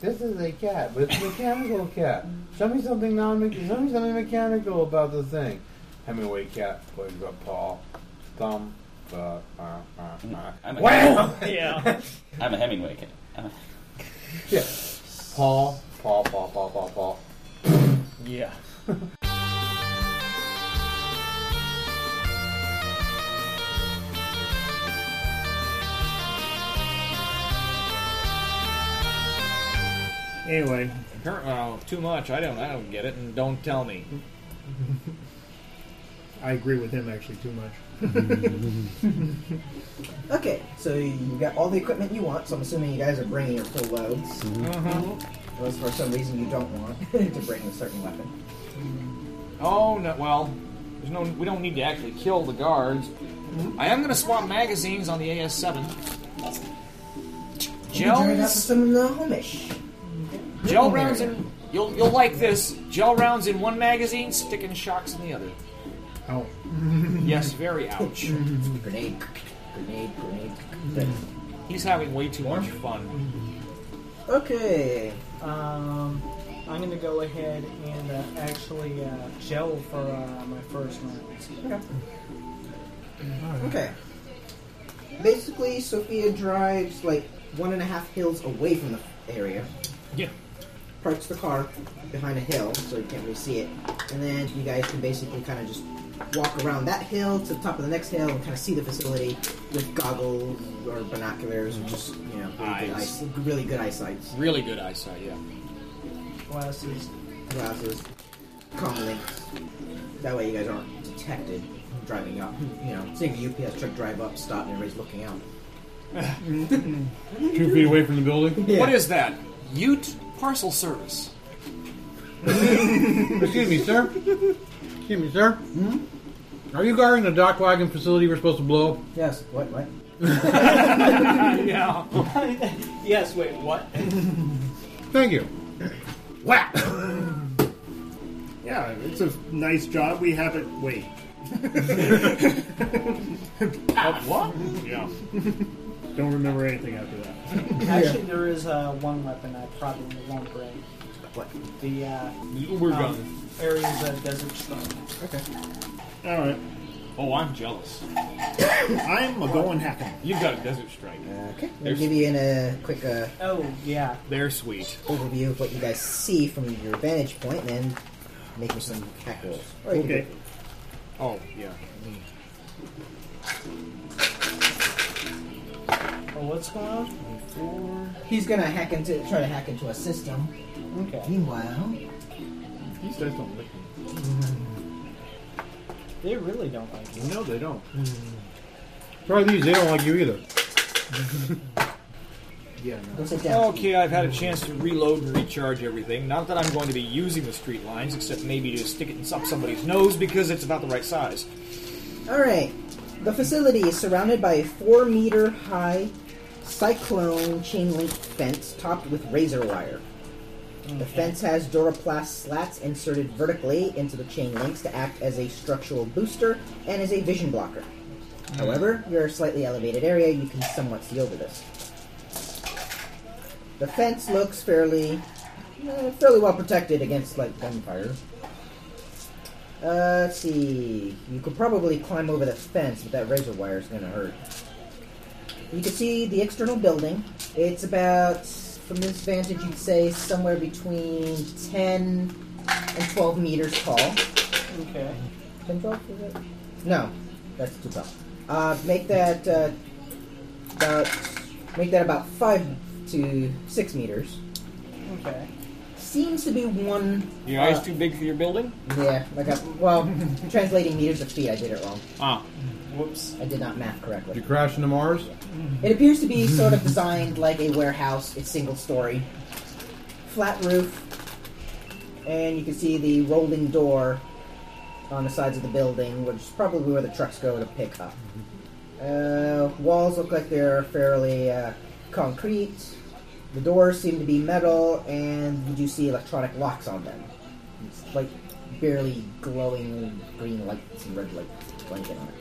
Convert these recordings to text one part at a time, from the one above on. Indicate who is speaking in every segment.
Speaker 1: This is a cat, but it's a mechanical cat. Show me something non show me something mechanical about the thing. Hemingway cat plays a paw, thumb, uh, uh, uh, uh.
Speaker 2: I'm a-
Speaker 1: Wham!
Speaker 3: Yeah.
Speaker 2: I'm a Hemingway kid. I'm a,
Speaker 1: Yeah. Paw, paw, paw, paw, paw, paw.
Speaker 3: yeah. Anyway, apparently oh, too much. I don't. I don't get it, and don't tell me. I agree with him actually too much.
Speaker 4: Okay, so you've got all the equipment you want, so I'm assuming you guys are bringing your full loads. Unless for some reason you don't want to bring a certain weapon.
Speaker 3: Oh no! Well, there's no. We don't need to actually kill the guards. I am going to swap magazines on the AS7.
Speaker 4: Turn it out to
Speaker 3: Gels,
Speaker 4: some of the homish.
Speaker 3: gel rounds in. You'll you'll like this. Gel rounds in one magazine, sticking shocks in the other.
Speaker 5: Ow.
Speaker 3: Yes, very ouch.
Speaker 4: Grenade, grenade, grenade. grenade.
Speaker 3: He's having way too much fun.
Speaker 4: Okay.
Speaker 6: Um, I'm going to go ahead and uh, actually uh, gel for uh, my first round.
Speaker 4: Okay. Basically, Sophia drives like one and a half hills away from the area.
Speaker 3: Yeah.
Speaker 4: Parks the car behind a hill so you can't really see it, and then you guys can basically kind of just walk around that hill to the top of the next hill and kind of see the facility with goggles or binoculars or just you know really good,
Speaker 3: Eyes.
Speaker 4: eyes, really good eyesight
Speaker 3: Really good eyesight. Yeah.
Speaker 6: Glasses.
Speaker 4: glasses, comm links. That way you guys aren't detected driving up. You know, seeing a UPS truck drive up, stop, and everybody's looking out.
Speaker 5: Two feet away from the building.
Speaker 3: What is that? Ute parcel service.
Speaker 5: Excuse me, sir. Excuse me, sir. Hmm? Are you guarding the dock wagon facility we're supposed to blow up?
Speaker 4: Yes. What? What?
Speaker 3: Yeah.
Speaker 6: yes, wait, what?
Speaker 5: Thank you.
Speaker 7: Yeah, it's a nice job. We have it. Wait.
Speaker 3: what?
Speaker 7: Yeah. Don't remember anything after that.
Speaker 6: Actually, there is uh, one weapon I probably won't bring.
Speaker 4: What?
Speaker 6: The uh,
Speaker 3: We're gone.
Speaker 6: um, Ares uh, Desert Storm.
Speaker 7: All right.
Speaker 3: Oh, I'm jealous.
Speaker 7: I'm a going hacking.
Speaker 3: You've got a desert strike.
Speaker 4: Okay. We'll give you in a quick uh,
Speaker 6: Oh, yeah.
Speaker 3: They're sweet.
Speaker 4: overview of what you guys see from your vantage point, and then make me some hack rolls. Or you can
Speaker 7: Okay.
Speaker 3: Oh, yeah.
Speaker 6: Oh, what's going on?
Speaker 4: do- He's gonna hack into try to hack into a system.
Speaker 6: Okay.
Speaker 4: Meanwhile,
Speaker 5: These guys don't lick me.
Speaker 6: They really don't like you.
Speaker 5: No, they don't.
Speaker 1: Hmm.
Speaker 5: Try these. They don't like you either. yeah, no.
Speaker 4: don't sit down.
Speaker 3: Okay, I've had a chance to reload and recharge everything. Not that I'm going to be using the street lines, except maybe to stick it up somebody's nose because it's about the right size.
Speaker 4: All right. The facility is surrounded by a four-meter-high cyclone chain-link fence topped with razor wire. The fence has Doroplast slats inserted vertically into the chain links to act as a structural booster and as a vision blocker. However, you're a slightly elevated area, you can somewhat see over this. The fence looks fairly, eh, fairly well protected against like gunfire. Uh, let's see. You could probably climb over the fence, but that razor wire is gonna hurt. You can see the external building. It's about, from this vantage, you'd say somewhere between 10 and 12 meters tall.
Speaker 6: Okay.
Speaker 4: 10, 12, is it? No, that's too tall. Uh, make that uh, about make that about five to six meters.
Speaker 6: Okay.
Speaker 4: Seems to be one.
Speaker 3: Your
Speaker 4: uh,
Speaker 3: eyes too big for your building?
Speaker 4: yeah, like a, well, translating meters to feet, I did it wrong.
Speaker 3: Ah.
Speaker 6: Whoops.
Speaker 4: I did not math correctly.
Speaker 5: You crash into Mars?
Speaker 4: It appears to be sort of designed like a warehouse. It's single story, flat roof, and you can see the rolling door on the sides of the building, which is probably where the trucks go to pick up. Uh, walls look like they're fairly uh, concrete. The doors seem to be metal, and you do see electronic locks on them. It's like barely glowing green lights and red light blinking on it.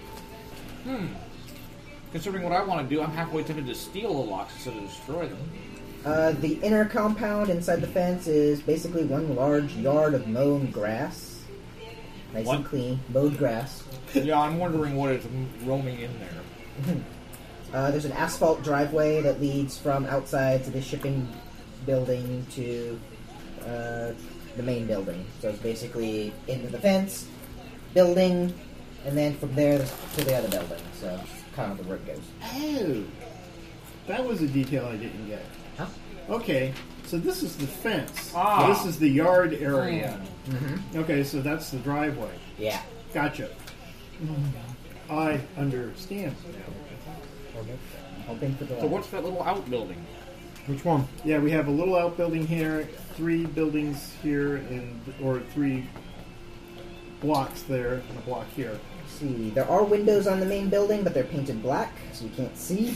Speaker 3: Considering what I want to do, I'm halfway tempted to steal the locks instead of destroy them.
Speaker 4: Uh, the inner compound inside the fence is basically one large yard of mown grass. Nice
Speaker 3: What?
Speaker 4: and clean, mowed grass.
Speaker 3: yeah, I'm wondering what is roaming in there.
Speaker 4: Uh, there's an asphalt driveway that leads from outside to the shipping building to uh, the main building. So it's basically into the fence, building, and then from there to the other building. So kind of the road goes.
Speaker 7: Oh, that was a detail I didn't get.
Speaker 4: Huh?
Speaker 7: Okay, so this is the fence.
Speaker 3: Ah. Oh,
Speaker 7: This is the yard area.
Speaker 3: Mm-hmm.
Speaker 7: Okay, so that's the driveway.
Speaker 4: Yeah.
Speaker 7: Gotcha. I understand.
Speaker 4: Hoping for the
Speaker 3: So what's that little outbuilding?
Speaker 1: Which one?
Speaker 7: Yeah, we have a little outbuilding here, three buildings here, and or three blocks there, and a block here.
Speaker 4: Let's see. There are windows on the main building, but they're painted black, so you can't see.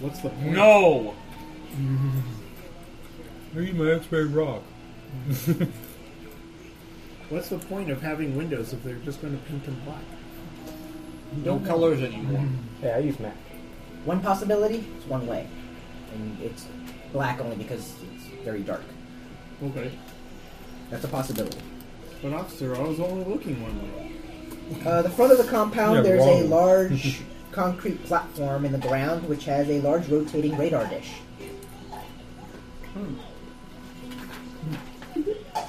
Speaker 7: What's the point?
Speaker 3: No.
Speaker 1: Here's my X-ray rock.
Speaker 7: What's the point of having windows if they're just going to paint them black?
Speaker 3: No colors anymore.
Speaker 8: Yeah, I use Mac.
Speaker 4: One possibility is one way, and it's black only because it's very dark.
Speaker 7: Okay,
Speaker 4: That's a possibility.
Speaker 7: but officer, I was only looking one way.
Speaker 4: Uh, the front of the compound,
Speaker 1: Yeah,
Speaker 4: there's a
Speaker 1: wrong.
Speaker 4: large concrete platform in the ground which has a large rotating radar dish. Hmm.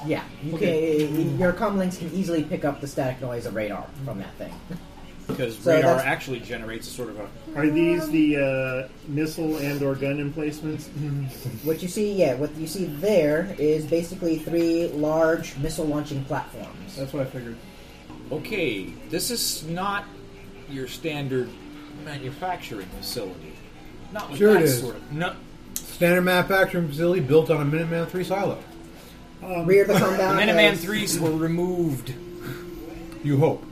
Speaker 4: Yeah, you can, eh, your comlinks can easily pick up the static noise of radar from that thing.
Speaker 3: Because
Speaker 4: So
Speaker 3: radar
Speaker 4: that's-
Speaker 3: actually generates a sort of a.
Speaker 7: Are these the uh, missile and/or gun emplacements?
Speaker 4: What you see, yeah, what you see there is basically three large missile launching platforms.
Speaker 7: That's what I figured.
Speaker 3: Okay, this is not your standard manufacturing facility. Not with
Speaker 1: Sure
Speaker 3: that
Speaker 1: it is.
Speaker 3: sort of. No.
Speaker 1: Standard manufacturing facility built on a Minuteman 3 silo.
Speaker 4: Rear of the compound.
Speaker 3: Minuteman
Speaker 4: has-
Speaker 3: threes were removed.
Speaker 1: You hope.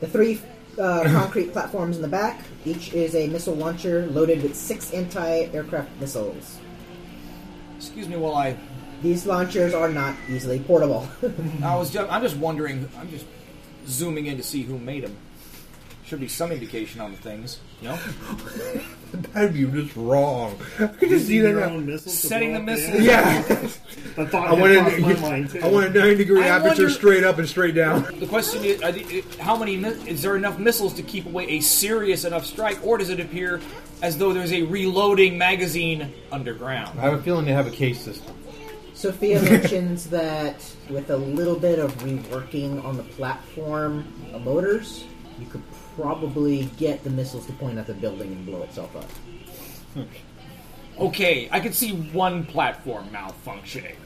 Speaker 4: The three uh, concrete platforms in the back, each is a missile launcher loaded with six anti aircraft missiles.
Speaker 3: Excuse me while I.
Speaker 4: These launchers are not easily portable.
Speaker 3: I was. Just, I'm just wondering. I'm just zooming in to see who made them. Should be some indication on the things. No.
Speaker 1: That'd be just wrong. I could just see that
Speaker 7: Your
Speaker 1: now.
Speaker 7: own missiles to
Speaker 3: Setting
Speaker 7: blow
Speaker 3: the
Speaker 7: up
Speaker 3: missiles.
Speaker 1: Yeah.
Speaker 7: I thought
Speaker 1: I
Speaker 7: I
Speaker 1: want,
Speaker 7: went in
Speaker 1: a,
Speaker 7: my mind too.
Speaker 1: I want a 90 degree
Speaker 3: I
Speaker 1: aperture
Speaker 3: wonder-
Speaker 1: straight up and straight down.
Speaker 3: The question is, are the- uh, how many mi- is there enough missiles to keep away a serious enough strike, or does it appear as though there's a reloading magazine underground?
Speaker 1: I have a feeling they have a case system.
Speaker 4: Sophia mentions that with a little bit of reworking on the platform uh, motors, you could probably get the missiles to point at the building and blow itself up.
Speaker 3: Okay, I could see one platform malfunctioning.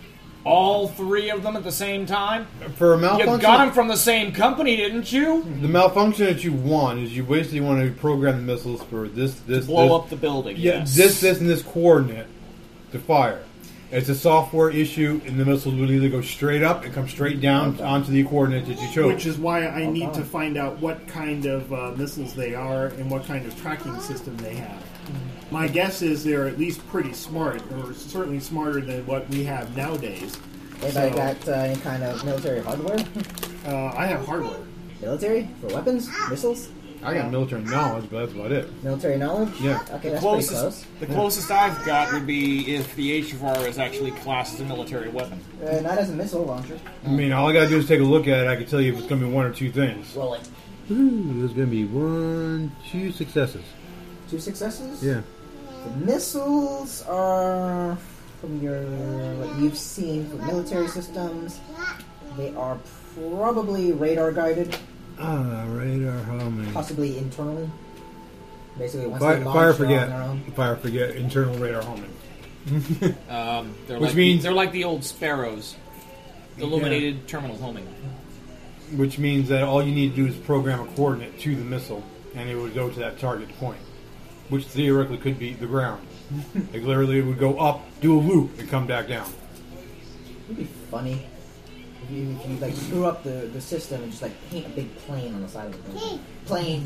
Speaker 3: All three of them at the same time?
Speaker 1: For a
Speaker 3: You
Speaker 1: malfunction,
Speaker 3: got them from the same company, didn't you?
Speaker 1: the malfunction that you want is you basically want to program the missiles for this, this,
Speaker 3: Blow
Speaker 1: this,
Speaker 3: up the building.
Speaker 1: Yeah,
Speaker 3: yes.
Speaker 1: this, this, and this coordinate to fire. It's a software issue, and the missiles will either go straight up and come straight down onto the coordinate that you chose.
Speaker 7: Which is why I need to find out what kind of uh, missiles they are and what kind of tracking system they have. My guess is they're at least pretty smart, or certainly smarter than what we have nowadays.
Speaker 4: Anybody
Speaker 7: So-
Speaker 4: got uh, any kind of military hardware?
Speaker 7: Uh, I have hardware.
Speaker 4: military? For weapons? Missiles?
Speaker 1: I got military knowledge, but that's about it.
Speaker 4: Military knowledge?
Speaker 1: Yeah.
Speaker 4: Okay, that's pretty close.
Speaker 3: Closest, the closest I've got would be if the HFR is actually classed as a military weapon.
Speaker 4: Uh, not as a missile launcher.
Speaker 1: I
Speaker 3: Mm.
Speaker 1: mean, all I gotta do is take a look at it. I can tell you if it's gonna be one or two things.
Speaker 4: Roll it.
Speaker 1: Ooh, there's gonna be one, two successes.
Speaker 4: Two successes?
Speaker 1: Yeah.
Speaker 4: The missiles are from your what you've seen from military systems. They are probably radar guided,
Speaker 1: Ah, radar homing.
Speaker 4: possibly internally. Basically, once
Speaker 1: Fire,
Speaker 4: they launch,
Speaker 1: fire
Speaker 4: they're on their
Speaker 1: forget.
Speaker 4: own.
Speaker 1: Fire forget. Internal radar homing.
Speaker 3: Um, they're
Speaker 1: Which
Speaker 3: like
Speaker 1: means-
Speaker 3: the, they're like the old sparrows, illuminated terminal homing.
Speaker 1: Which means that all you need to do is program a coordinate to the missile, and it would go to that target point, which theoretically could be the ground. like literally, it would go up, do a loop, and come back down.
Speaker 4: It'd be funny if you, if you like screw up the, the system and just like paint a big plane on the side of the building. Plane.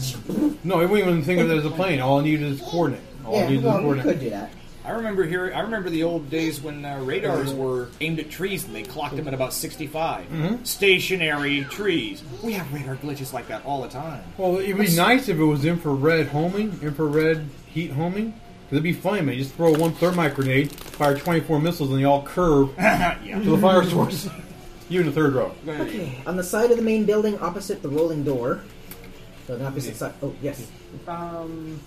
Speaker 1: No, I wouldn't even think of it as a plane. All I needed is coordinate. All I
Speaker 4: yeah,
Speaker 1: needed is
Speaker 4: well, we could
Speaker 1: coordinate.
Speaker 4: do that.
Speaker 3: I remember here. I remember the old days when uh, radars
Speaker 5: Mm-hmm.
Speaker 3: were aimed at trees and they clocked them at about 65
Speaker 5: Mm-hmm.
Speaker 3: Stationary trees. We have radar glitches like that all the time.
Speaker 1: Well, it would be nice if it was infrared homing, infrared heat homing,
Speaker 5: It'd be funny, man. You just throw one thermite grenade, fire 24 missiles, and they all curve
Speaker 3: yeah.
Speaker 5: to the fire source. you in the third row.
Speaker 4: Okay, on the side of the main building, opposite the rolling door. So the opposite side. Oh yes.
Speaker 6: Um,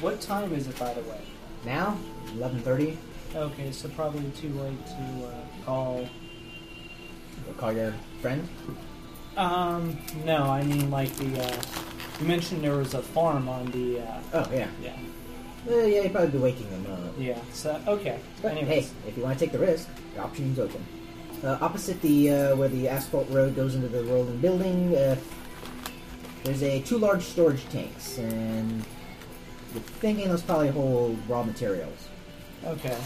Speaker 6: what time is it, by the way?
Speaker 4: Now, eleven thirty.
Speaker 6: Okay, so probably too late to uh, call.
Speaker 4: Call your friend.
Speaker 6: Um, no, I mean like the. Uh, you mentioned there was a farm on the. Uh,
Speaker 4: Oh yeah.
Speaker 6: yeah,
Speaker 4: Uh, yeah, you'd probably be waking them up.
Speaker 6: yeah. So okay.
Speaker 4: But
Speaker 6: Anyways,
Speaker 4: hey, if you want to take the risk, the option's open. Uh, opposite the uh, where the asphalt road goes into the rolling building, uh, there's a two large storage tanks, and you're thinking those probably hold raw materials.
Speaker 6: okay.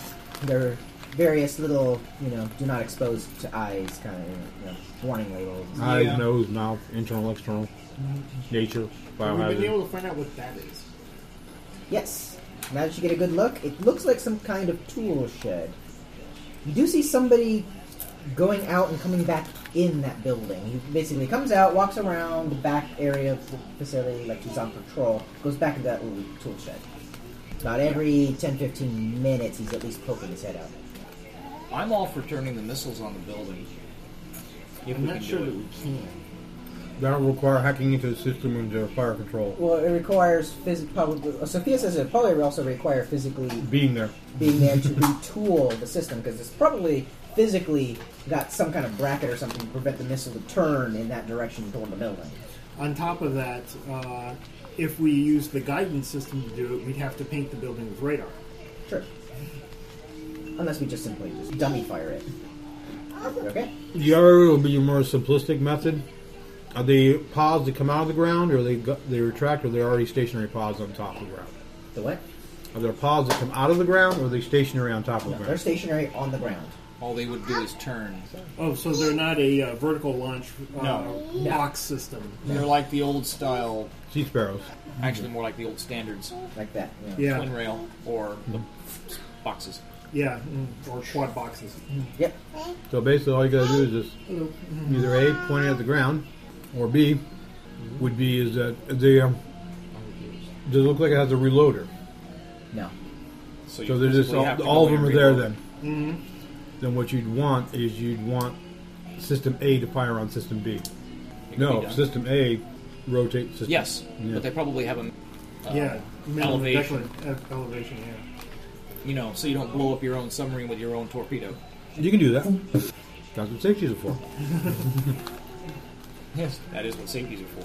Speaker 4: There are various little, you know, do not expose to eyes kind of you know, warning labels.
Speaker 6: Eyes, Yeah.
Speaker 5: nose, mouth, internal, external, nature,
Speaker 7: Have we been able to find out what that is?
Speaker 4: Yes. Now that you get a good look, it looks like some kind of tool shed. You do see somebody going out and coming back in that building. He basically comes out, walks around the back area of the facility like he's on patrol, goes back into that little tool shed. About every 10 15 minutes, he's at least poking his head out.
Speaker 3: I'm all for turning the missiles on the building. If
Speaker 7: I'm
Speaker 3: we
Speaker 7: not
Speaker 3: can
Speaker 7: sure
Speaker 3: do
Speaker 7: that
Speaker 3: it.
Speaker 7: we can.
Speaker 5: That'll require hacking into the system into fire control.
Speaker 4: Well, it requires phys- probably. uh, Sophia says it probably also require physically
Speaker 5: Being there.
Speaker 4: being there to retool the system because it's probably physically got some kind of bracket or something to prevent the missile to turn in that direction toward the building.
Speaker 7: On top of that, uh, if we use the guidance system to do it, we'd have to paint the building with radar.
Speaker 4: Sure. Unless we just simply just dummy fire it. Okay.
Speaker 5: The other will be a more simplistic method. Are they pods that come out of the ground, or they go- they retract, or they're already stationary pods on top of the ground?
Speaker 4: The what?
Speaker 5: Are there pods that come out of the ground, or are they stationary on top of the
Speaker 4: No, they're
Speaker 5: ground?
Speaker 4: stationary on the ground.
Speaker 3: All they would do is turn.
Speaker 7: Oh, so they're not a uh, vertical launch uh,
Speaker 3: No.
Speaker 7: box system.
Speaker 3: They're like the old style,
Speaker 5: Sea sparrows. Mm-hmm.
Speaker 3: actually more like the old standards,
Speaker 4: Like that. you know.
Speaker 7: Yeah,
Speaker 3: twin rail or
Speaker 5: Mm-hmm.
Speaker 3: the boxes.
Speaker 7: yeah, mm, or quad boxes.
Speaker 4: Yep.
Speaker 5: So basically, all you gotta do is just either A, point it at the ground, or B, would be is that the um, does it look like it has a reloader?
Speaker 4: No.
Speaker 3: So,
Speaker 5: So
Speaker 3: you
Speaker 5: they're just
Speaker 3: physically have
Speaker 5: all,
Speaker 3: to
Speaker 5: all of
Speaker 3: go in
Speaker 5: them are
Speaker 3: and
Speaker 5: there
Speaker 3: reload.
Speaker 5: then. Mm-hmm. Then what you'd want is you'd want system A to fire on system B.
Speaker 3: It could be
Speaker 5: No,
Speaker 3: done.
Speaker 5: system A rotates. System
Speaker 3: Yes,
Speaker 5: Yeah.
Speaker 3: but they probably have a
Speaker 7: yeah, minimum
Speaker 3: Uh, elevation.
Speaker 7: decla- uh, elevation. Yeah,
Speaker 3: you know, so you don't blow up your own submarine with your own torpedo.
Speaker 5: you can do that. That's what safeties are for.
Speaker 3: Yes, that is what safeties are for.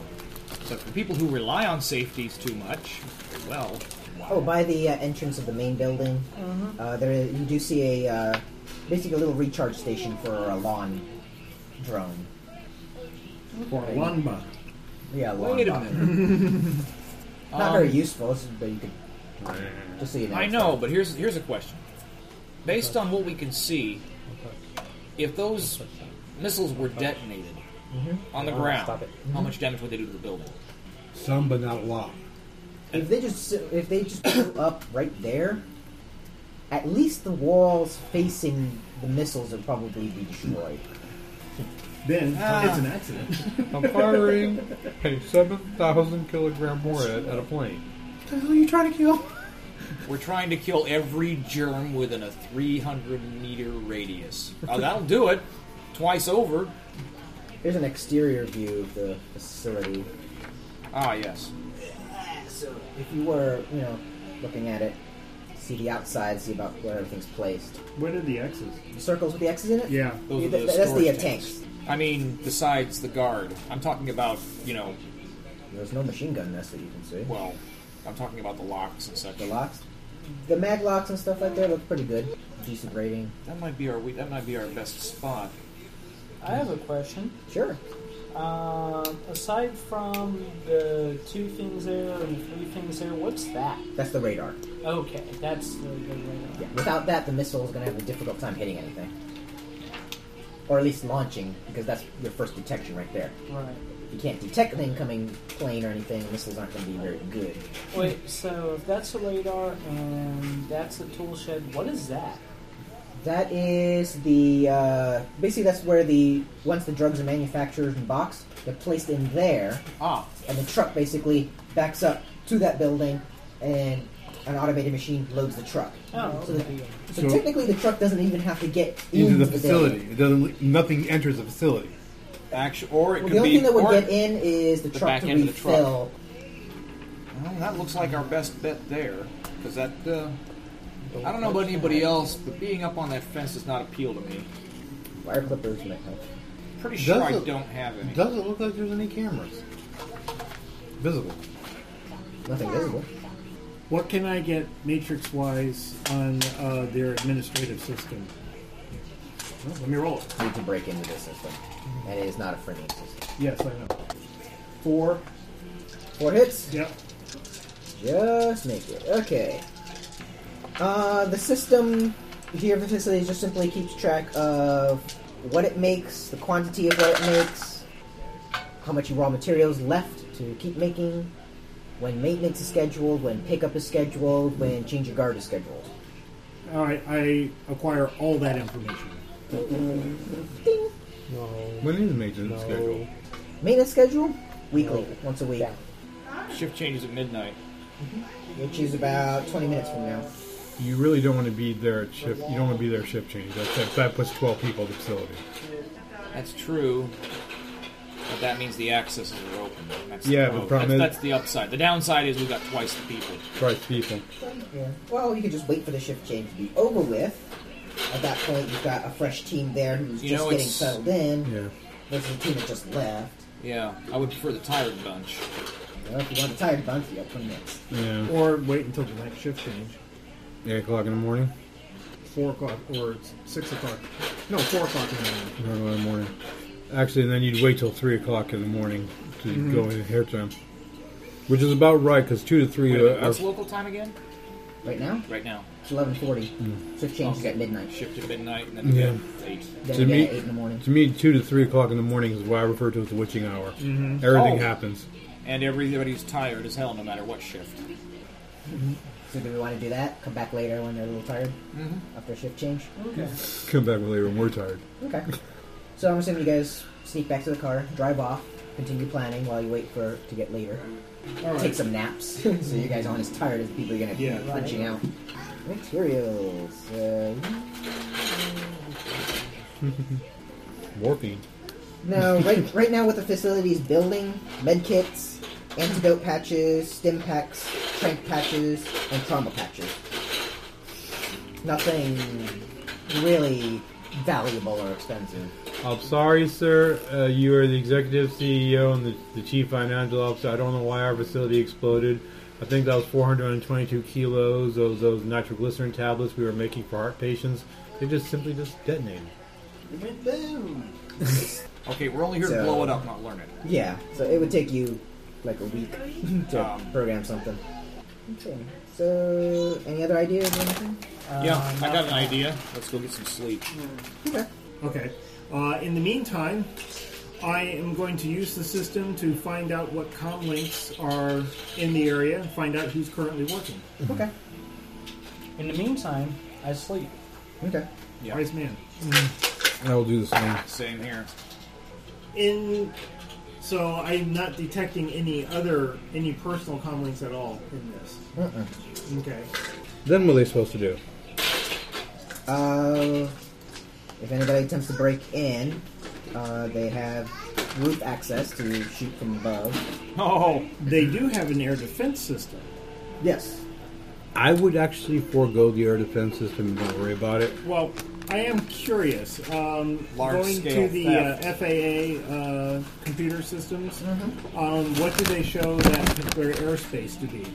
Speaker 3: Except for people who rely on safeties too much, well,
Speaker 4: Oh, by the uh, entrance of the main building, uh, there you do see a uh, basically a little recharge station for a lawn drone.
Speaker 7: or Lanma.
Speaker 4: Yeah, a lawn.
Speaker 3: wait a
Speaker 4: drone.
Speaker 3: minute.
Speaker 4: Not
Speaker 3: Um,
Speaker 4: very useful, it's- but you could just so you know.
Speaker 3: I
Speaker 4: it's
Speaker 3: know, but here's here's a question. Based on what we can see, if those missiles were detonated on the ground,
Speaker 4: Mm-hmm. Oh, Stop it. Mm-hmm.
Speaker 3: how much damage would they do to the building?
Speaker 5: Some, but not a lot.
Speaker 4: If they just if they just pull up right there, at least the walls facing the missiles would probably be destroyed.
Speaker 7: Then it's an accident.
Speaker 5: I'm firing a 7,000 kilogram warhead at a plane.
Speaker 3: We're trying to kill every germ within a 300 meter radius. Oh, that'll do it. Twice over.
Speaker 4: Here's an exterior view of the facility.
Speaker 3: Ah, yes.
Speaker 4: So if you were, you know, looking at it, see the outside, see about where everything's placed.
Speaker 7: What are the X's?
Speaker 4: The circles with the X's in it.
Speaker 7: Yeah,
Speaker 3: Those
Speaker 4: Yeah,
Speaker 3: are the
Speaker 4: that- that's the,
Speaker 3: storage
Speaker 4: uh, tanks.
Speaker 3: I mean, besides the guard, I'm talking about you know,
Speaker 4: There's no machine gun nest that you can see.
Speaker 3: well, I'm talking about the locks and such.
Speaker 4: The locks, the mag locks and stuff like that look pretty good. Decent rating.
Speaker 3: That might be our we- that might be our best spot.
Speaker 6: I have a question.
Speaker 4: Sure.
Speaker 6: Um, aside from the two things there and the three things there, what's that?
Speaker 4: That's the radar.
Speaker 6: Okay, that's the good way to
Speaker 4: Yeah. Without that, the missile is going to have a difficult time hitting anything, or at least launching, because that's your first detection right there.
Speaker 6: Right.
Speaker 4: If you can't detect an incoming plane or anything, missiles aren't going to be very good.
Speaker 6: Wait, so if that's a radar and that's a tool shed, what is that?
Speaker 4: That is the uh, basically that's where the once the drugs are manufactured and boxed, they're placed in there,
Speaker 3: Ah,
Speaker 4: and the truck basically backs up to that building and an automated machine loads the truck.
Speaker 6: Oh,
Speaker 4: so, the-
Speaker 6: okay.
Speaker 4: so
Speaker 5: So-
Speaker 4: technically, the truck doesn't even have to get
Speaker 5: into the
Speaker 4: building.
Speaker 5: facility. It doesn't. Nothing enters the facility.
Speaker 3: Actu or it
Speaker 4: Well,
Speaker 3: could
Speaker 4: the only
Speaker 3: be.
Speaker 4: thing that would
Speaker 3: or-
Speaker 4: get in is the,
Speaker 2: the
Speaker 4: truck
Speaker 2: back
Speaker 4: to
Speaker 2: end of the truck.
Speaker 4: refill.
Speaker 3: Well, that looks like our best bet there, because that. Uh, I don't know about anybody else, but being up on that fence does not appeal to me.
Speaker 4: Wire clippers might help.
Speaker 3: Pretty sure
Speaker 5: Does
Speaker 3: I
Speaker 5: it-
Speaker 3: don't have any.
Speaker 5: Doesn't look like there's any cameras visible.
Speaker 4: Nothing visible.
Speaker 7: What can I get matrix wise on uh, their administrative system? Well, let me roll it.
Speaker 4: You can break into this system, and it is not a freemium system.
Speaker 7: Yes, I know. Four.
Speaker 4: Four hits.
Speaker 7: Yep.
Speaker 4: Just make it. Okay. Uh, the system here of the facility just simply keeps track of what it makes, the quantity of what it makes, how much raw materials left to keep making, when maintenance is scheduled, when pickup is scheduled, when change of guard is scheduled.
Speaker 7: All right. I acquire all that information.
Speaker 5: When is maintenance scheduled?
Speaker 4: Maintenance schedule? Weekly, once a week.
Speaker 3: Shift changes at midnight.
Speaker 4: Which is about 20 minutes from now.
Speaker 5: You really don't want to be there at shift. You don't want to be there at shift change. That, that, that puts 12 people at the facility.
Speaker 3: That's true. But that means the accesses are open. That's
Speaker 5: Yeah,
Speaker 3: the
Speaker 5: but
Speaker 3: pro-
Speaker 5: problem
Speaker 3: that's,
Speaker 5: is-
Speaker 3: that's the upside. The downside is we've got twice the people.
Speaker 5: Christ people.
Speaker 4: Yeah. Well, you can just wait for the shift change to be over with. At that point, you've got a fresh team there who's
Speaker 3: You
Speaker 4: just
Speaker 3: know,
Speaker 4: getting
Speaker 3: it's-
Speaker 4: settled in.
Speaker 5: Yeah.
Speaker 4: Versus the team that just left.
Speaker 3: Yeah, I would prefer the tired bunch.
Speaker 4: Well, if you want the tired bunch, you got 20 minutes.
Speaker 5: Yeah.
Speaker 7: Or wait until the next shift change.
Speaker 5: 8 o'clock in the morning.
Speaker 7: Four o'clock or six o'clock. No, four o'clock in the morning.
Speaker 5: Or in the morning. Actually, then you'd wait till 3 o'clock in the morning to go in hair time. Which is about right, because 2 to 3
Speaker 3: Wait a
Speaker 5: are-
Speaker 3: minute, what's
Speaker 5: are.
Speaker 3: local time again?
Speaker 4: Right now,
Speaker 3: Right now.
Speaker 4: it's 11:40.
Speaker 7: Hmm.
Speaker 4: Shift changes at midnight.
Speaker 3: Shift at midnight and then again at eight.
Speaker 4: Then
Speaker 5: To
Speaker 4: again
Speaker 5: me-
Speaker 4: at eight in the morning.
Speaker 5: To me, 2 to 3 o'clock in the morning is what I refer to as the witching hour. Everything
Speaker 3: Oh.
Speaker 5: happens.
Speaker 3: And everybody's tired as hell no matter what shift.
Speaker 4: So do we want to do that? Come back later when they're a little tired
Speaker 7: Mm-hmm.
Speaker 4: after shift change.
Speaker 5: Come back later when we're tired.
Speaker 4: Okay. so I'm assuming you guys sneak back to the car, drive off, continue planning while you wait for to get later.
Speaker 7: All
Speaker 4: Take
Speaker 7: right.
Speaker 4: some naps, so you guys aren't as tired as people are gonna
Speaker 7: Yeah.
Speaker 4: be punching out. Materials. Uh,
Speaker 5: Morphine.
Speaker 4: No, right, right now what the facility is building, med kits, antidote patches, stim packs, trank patches, and trauma patches. Nothing really valuable or expensive.
Speaker 5: I'm sorry, sir. Uh, you are the executive CEO and the, the chief financial officer. I don't know why our facility exploded. I think that was 422 kilos of those nitroglycerin tablets we were making for heart patients. They just simply just detonated.
Speaker 3: Okay, we're only here to
Speaker 4: So-
Speaker 3: blow it up, not learn it.
Speaker 4: Yeah, so it would take you like a week to
Speaker 3: Um,
Speaker 4: program something. Okay. So, any other ideas or anything?
Speaker 3: Yeah, I got an idea. Let's go get some sleep.
Speaker 4: Okay.
Speaker 7: Okay. Uh, in the meantime, I am going to use the system to find out what com links are in the area and find out who's currently working.
Speaker 4: Okay.
Speaker 6: In the meantime, I sleep.
Speaker 4: Okay.
Speaker 3: Yeah.
Speaker 7: Wise man.
Speaker 5: I will do the same.
Speaker 3: Same here.
Speaker 7: In so I'm not detecting any other any personal com links at all in this. Okay.
Speaker 5: Then what are they supposed to do?
Speaker 4: Uh, if anybody attempts to break in, uh, they have roof access to shoot from above.
Speaker 3: Oh,
Speaker 7: They do have an air defense system.
Speaker 4: Yes.
Speaker 5: I would actually forego the air defense system and don't worry about it.
Speaker 7: Well, I am curious. Um,
Speaker 3: Large
Speaker 7: going
Speaker 3: scale
Speaker 7: to the uh, FAA uh, computer systems,
Speaker 4: Mm-hmm.
Speaker 7: um, what do they show that particular airspace to be?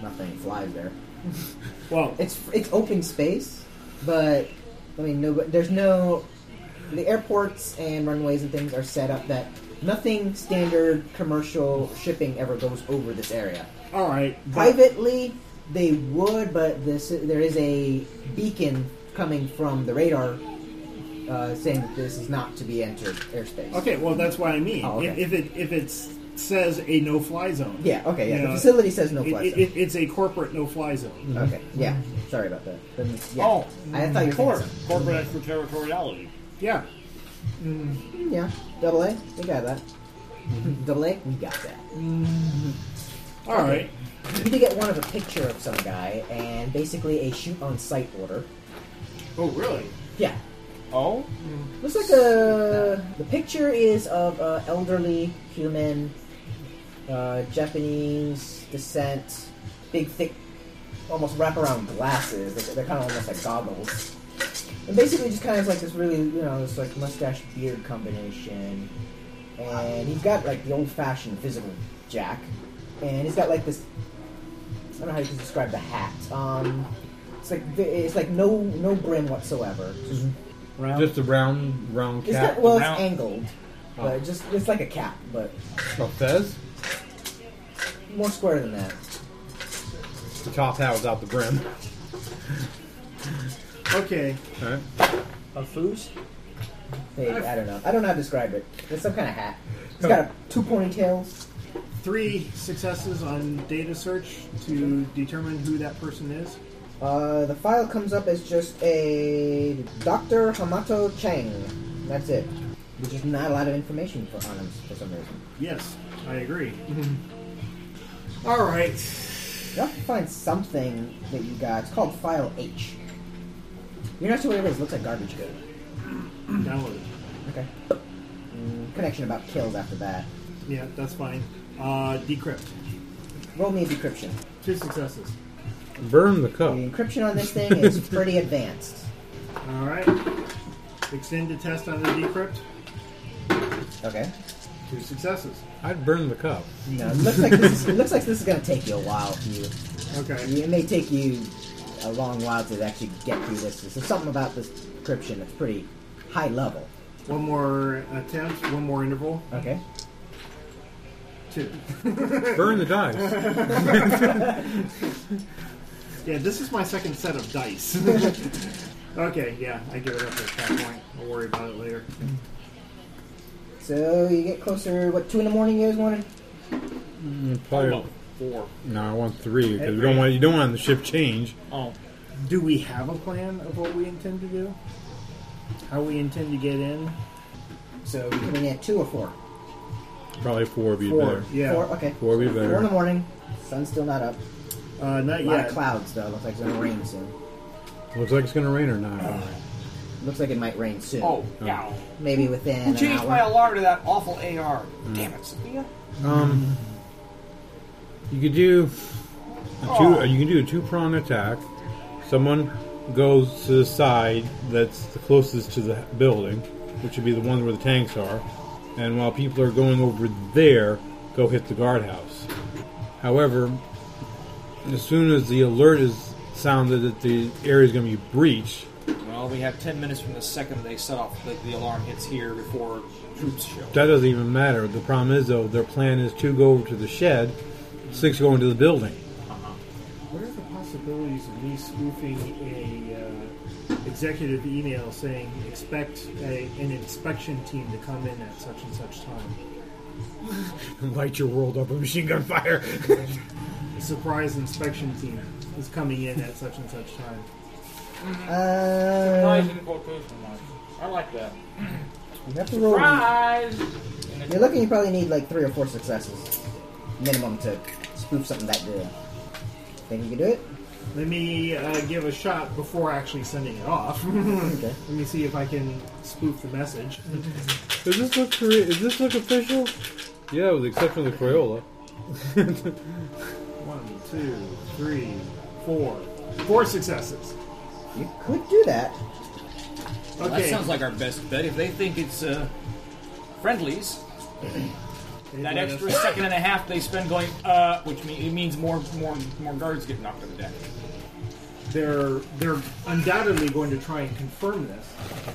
Speaker 4: Nothing flies there.
Speaker 7: Well,
Speaker 4: It's it's open space, but I mean, no, there's no. The airports and runways and things are set up that nothing standard commercial shipping ever goes over this area.
Speaker 7: all right. but-
Speaker 4: Privately, they would, but this there is a beacon coming from the radar uh, saying that this is not to be entered airspace.
Speaker 7: Okay, well, that's what I mean.
Speaker 4: Oh, okay.
Speaker 7: if, if it if it says a no fly zone,
Speaker 4: Yeah. Okay. Yeah.
Speaker 7: you
Speaker 4: The
Speaker 7: know,
Speaker 4: facility says no
Speaker 7: it-
Speaker 4: fly
Speaker 7: it-
Speaker 4: zone.
Speaker 7: it- it's a corporate no fly zone.
Speaker 4: okay. Yeah. Sorry about that. Then, yeah.
Speaker 3: Oh,
Speaker 4: I thought you were
Speaker 3: cor-
Speaker 4: thinking
Speaker 3: corporate extraterritoriality.
Speaker 7: Yeah.
Speaker 4: something. Yeah. Double A. We got that. Double A. We got that.
Speaker 7: All right.
Speaker 4: You did get one of a picture of some guy and basically a shoot on sight order.
Speaker 7: Oh, really?
Speaker 4: Yeah.
Speaker 3: Oh,
Speaker 4: Looks like a. The picture is of a elderly human, uh, Japanese descent, big, thick, almost wraparound glasses. They're, they're kind of almost like goggles. And basically, just kind of like this really, you know, this like mustache beard combination. And he's got like the old fashioned physical jack. And he's got like this. I don't know how you can describe the hat. Um, it's like it's like no no brim whatsoever. Just
Speaker 6: Round.
Speaker 5: Just a round, round
Speaker 4: it's
Speaker 5: cap.
Speaker 4: not, well,
Speaker 3: round-
Speaker 4: it's angled, but just it's like a cap, but
Speaker 5: A fez?
Speaker 4: more square than that.
Speaker 5: The top hat without the brim.
Speaker 7: Okay.
Speaker 5: All right.
Speaker 6: a foos?
Speaker 4: Hey, I don't know. I don't know how to describe it. It's some kind of hat. It's got a, two ponytails.
Speaker 7: Three successes on data search to determine who that person is.
Speaker 4: Uh, the file comes up as just a Dr. Hamato Chang. That's it. Which is not a lot of information for on him for some reason.
Speaker 7: Yes, I agree. All right.
Speaker 4: You have to find something that you got. It's called File H. You're not sure what it is. It looks like garbage code.
Speaker 7: Download. it.
Speaker 4: Okay. Mm, connection about kills after that.
Speaker 7: Yeah, that's fine. Uh, decrypt.
Speaker 4: Roll me a decryption.
Speaker 7: Two successes.
Speaker 5: Burn the cup.
Speaker 4: The encryption on this thing is pretty advanced.
Speaker 7: All right. Extend the test on the decrypt.
Speaker 4: Okay.
Speaker 7: Two successes.
Speaker 5: I'd burn the cup.
Speaker 4: No, it looks like this is, it looks like this is gonna take you a while. You,
Speaker 7: Okay.
Speaker 4: you- it may take you a long while to actually get through this. There's something about this encryption that's pretty high level.
Speaker 7: One more attempt. One more interval.
Speaker 4: Okay.
Speaker 7: Two.
Speaker 5: Burn the dice.
Speaker 7: Yeah, this is my second set of dice. okay. Yeah, I give it up at that point. I'll worry about it later.
Speaker 4: So you get closer. What two in the morning? You guys wanted?
Speaker 5: Probably,
Speaker 3: four.
Speaker 5: no, I want three because we don't want you don't want the ship change.
Speaker 3: Oh,
Speaker 7: Do we have a plan of what we intend to do? How we intend to get in?
Speaker 4: So you coming in at two or four?
Speaker 5: Probably four would be better.
Speaker 7: Yeah.
Speaker 4: Four. Okay.
Speaker 5: Four would be
Speaker 4: Four in the
Speaker 5: better.
Speaker 4: morning. Sun's still not up.
Speaker 7: Uh, not
Speaker 4: A lot
Speaker 7: yet.
Speaker 4: of clouds though. Looks like it's gonna rain soon.
Speaker 5: Looks like it's gonna rain or not.
Speaker 4: Looks like it might rain soon.
Speaker 3: oh, yeah.
Speaker 4: Maybe within
Speaker 3: Who
Speaker 4: an
Speaker 3: changed my
Speaker 4: hour.
Speaker 3: alarm to that awful AR? Damn it, Sophia.
Speaker 5: Um, you could do a two. You can do a two prong attack. Someone goes to the side that's the closest to the building, which would be the one where the tanks are, and while people are going over there, go hit the guardhouse. However, as soon as the alert is sounded that the area is going to be breached,
Speaker 3: Well, we have ten minutes from the second they set off the, the alarm hits here before troops show.
Speaker 5: That doesn't even matter. The problem is, though, their plan is two go over to the shed, six go into the building.
Speaker 7: What are the possibilities of me spoofing a uh, executive email saying expect a, an inspection team to come in at such and such time?
Speaker 5: Light your world up with machine gun fire.
Speaker 7: A surprise inspection team is coming in at such and such time.
Speaker 4: Uh,
Speaker 9: in quotation marks. I like that.
Speaker 4: you have to roll.
Speaker 9: Surprise!
Speaker 4: You're looking. You probably need like three or four successes minimum to spoof something that good. Think you can do it?
Speaker 7: Let me uh, give a shot before actually sending it off.
Speaker 4: Okay.
Speaker 7: Let me see if I can spoof the message.
Speaker 5: Does this look Korea? Does this look official? Yeah, with the exception of the Crayola.
Speaker 7: One, two, three, four. Four successes.
Speaker 4: You could do that.
Speaker 7: Okay.
Speaker 3: That sounds like our best bet. If they think it's uh, friendlies, that extra second and a half they spend going, uh, which mean, it means more, more, more guards get knocked on the deck.
Speaker 7: they're they're undoubtedly going to try and confirm this.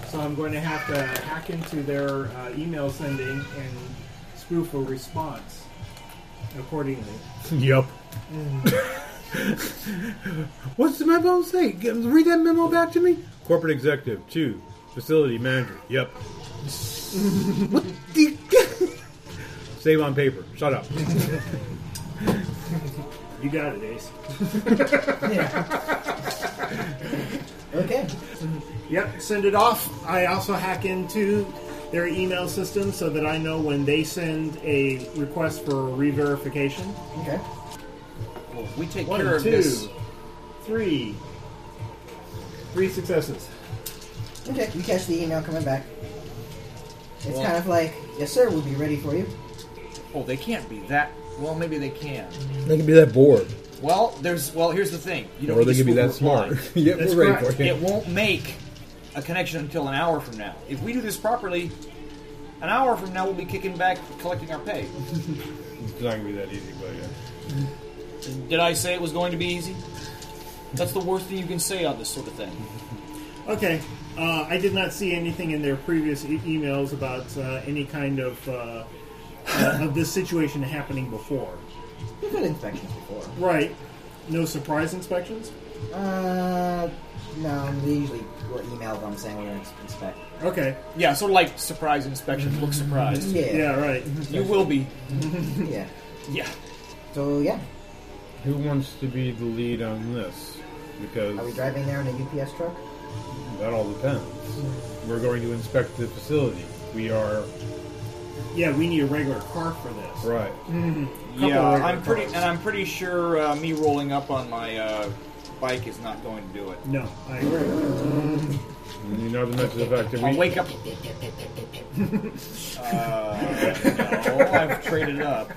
Speaker 7: So I'm going to have to hack into their uh, email sending and spoof a response accordingly.
Speaker 5: Yup. What's the memo say? G- Read that memo back to me. Corporate executive two, facility manager. Yep. What the- Save on paper. Shut up.
Speaker 7: You got it, Ace.
Speaker 4: Okay.
Speaker 7: Yep, send it off. I also hack into their email system so that I know when they send a request for re-verification.
Speaker 4: Okay.
Speaker 3: Well, we take
Speaker 7: One,
Speaker 3: care of
Speaker 7: two,
Speaker 3: this.
Speaker 7: three. Three successes.
Speaker 4: Okay, you catch the email coming back. It's
Speaker 3: Well-
Speaker 4: kind of like, yes, sir, we'll be ready for you.
Speaker 3: Oh, they can't be that. Well, maybe they can.
Speaker 10: They can be that bored,
Speaker 3: Well, there's. Well, here's the thing. You don't.
Speaker 10: or they
Speaker 3: need
Speaker 10: can be
Speaker 3: to
Speaker 10: that
Speaker 3: reply.
Speaker 10: smart. yeah,
Speaker 7: That's
Speaker 10: we're ready
Speaker 7: correct.
Speaker 10: for you.
Speaker 3: It won't make a connection until an hour from now. If we do this properly, an hour from now we'll be kicking back, collecting our pay.
Speaker 5: It's not gonna be that easy, but yeah.
Speaker 3: Did I say it was going to be easy? That's the worst thing you can say on this sort of thing.
Speaker 7: Okay. Uh, I did not see anything in their previous e- emails about uh, any kind of uh, uh, of this situation happening before.
Speaker 4: You've had inspections before.
Speaker 7: Right. No surprise inspections.
Speaker 4: Uh, no, they usually will email them saying we're going to inspect.
Speaker 7: Okay.
Speaker 3: Yeah, sort of like surprise inspection. Look surprised.
Speaker 4: Yeah,
Speaker 7: Yeah. right.
Speaker 3: You will be.
Speaker 4: yeah.
Speaker 3: Yeah.
Speaker 4: So yeah,
Speaker 5: Who wants to be the lead on this? Because
Speaker 4: are we driving there in a UPS truck?
Speaker 5: that all depends. We're going to inspect the facility. We are
Speaker 7: Yeah. We need a regular car for this.
Speaker 5: right.
Speaker 3: Yeah,
Speaker 7: of
Speaker 3: I'm
Speaker 7: regular
Speaker 3: pretty,
Speaker 7: cars.
Speaker 3: and I'm pretty sure uh, me rolling up on my uh, bike is not going to do it.
Speaker 7: No. I agree.
Speaker 5: And you know the mention of the fact that
Speaker 3: I'll
Speaker 5: we
Speaker 3: wake up. uh, no, I've traded up.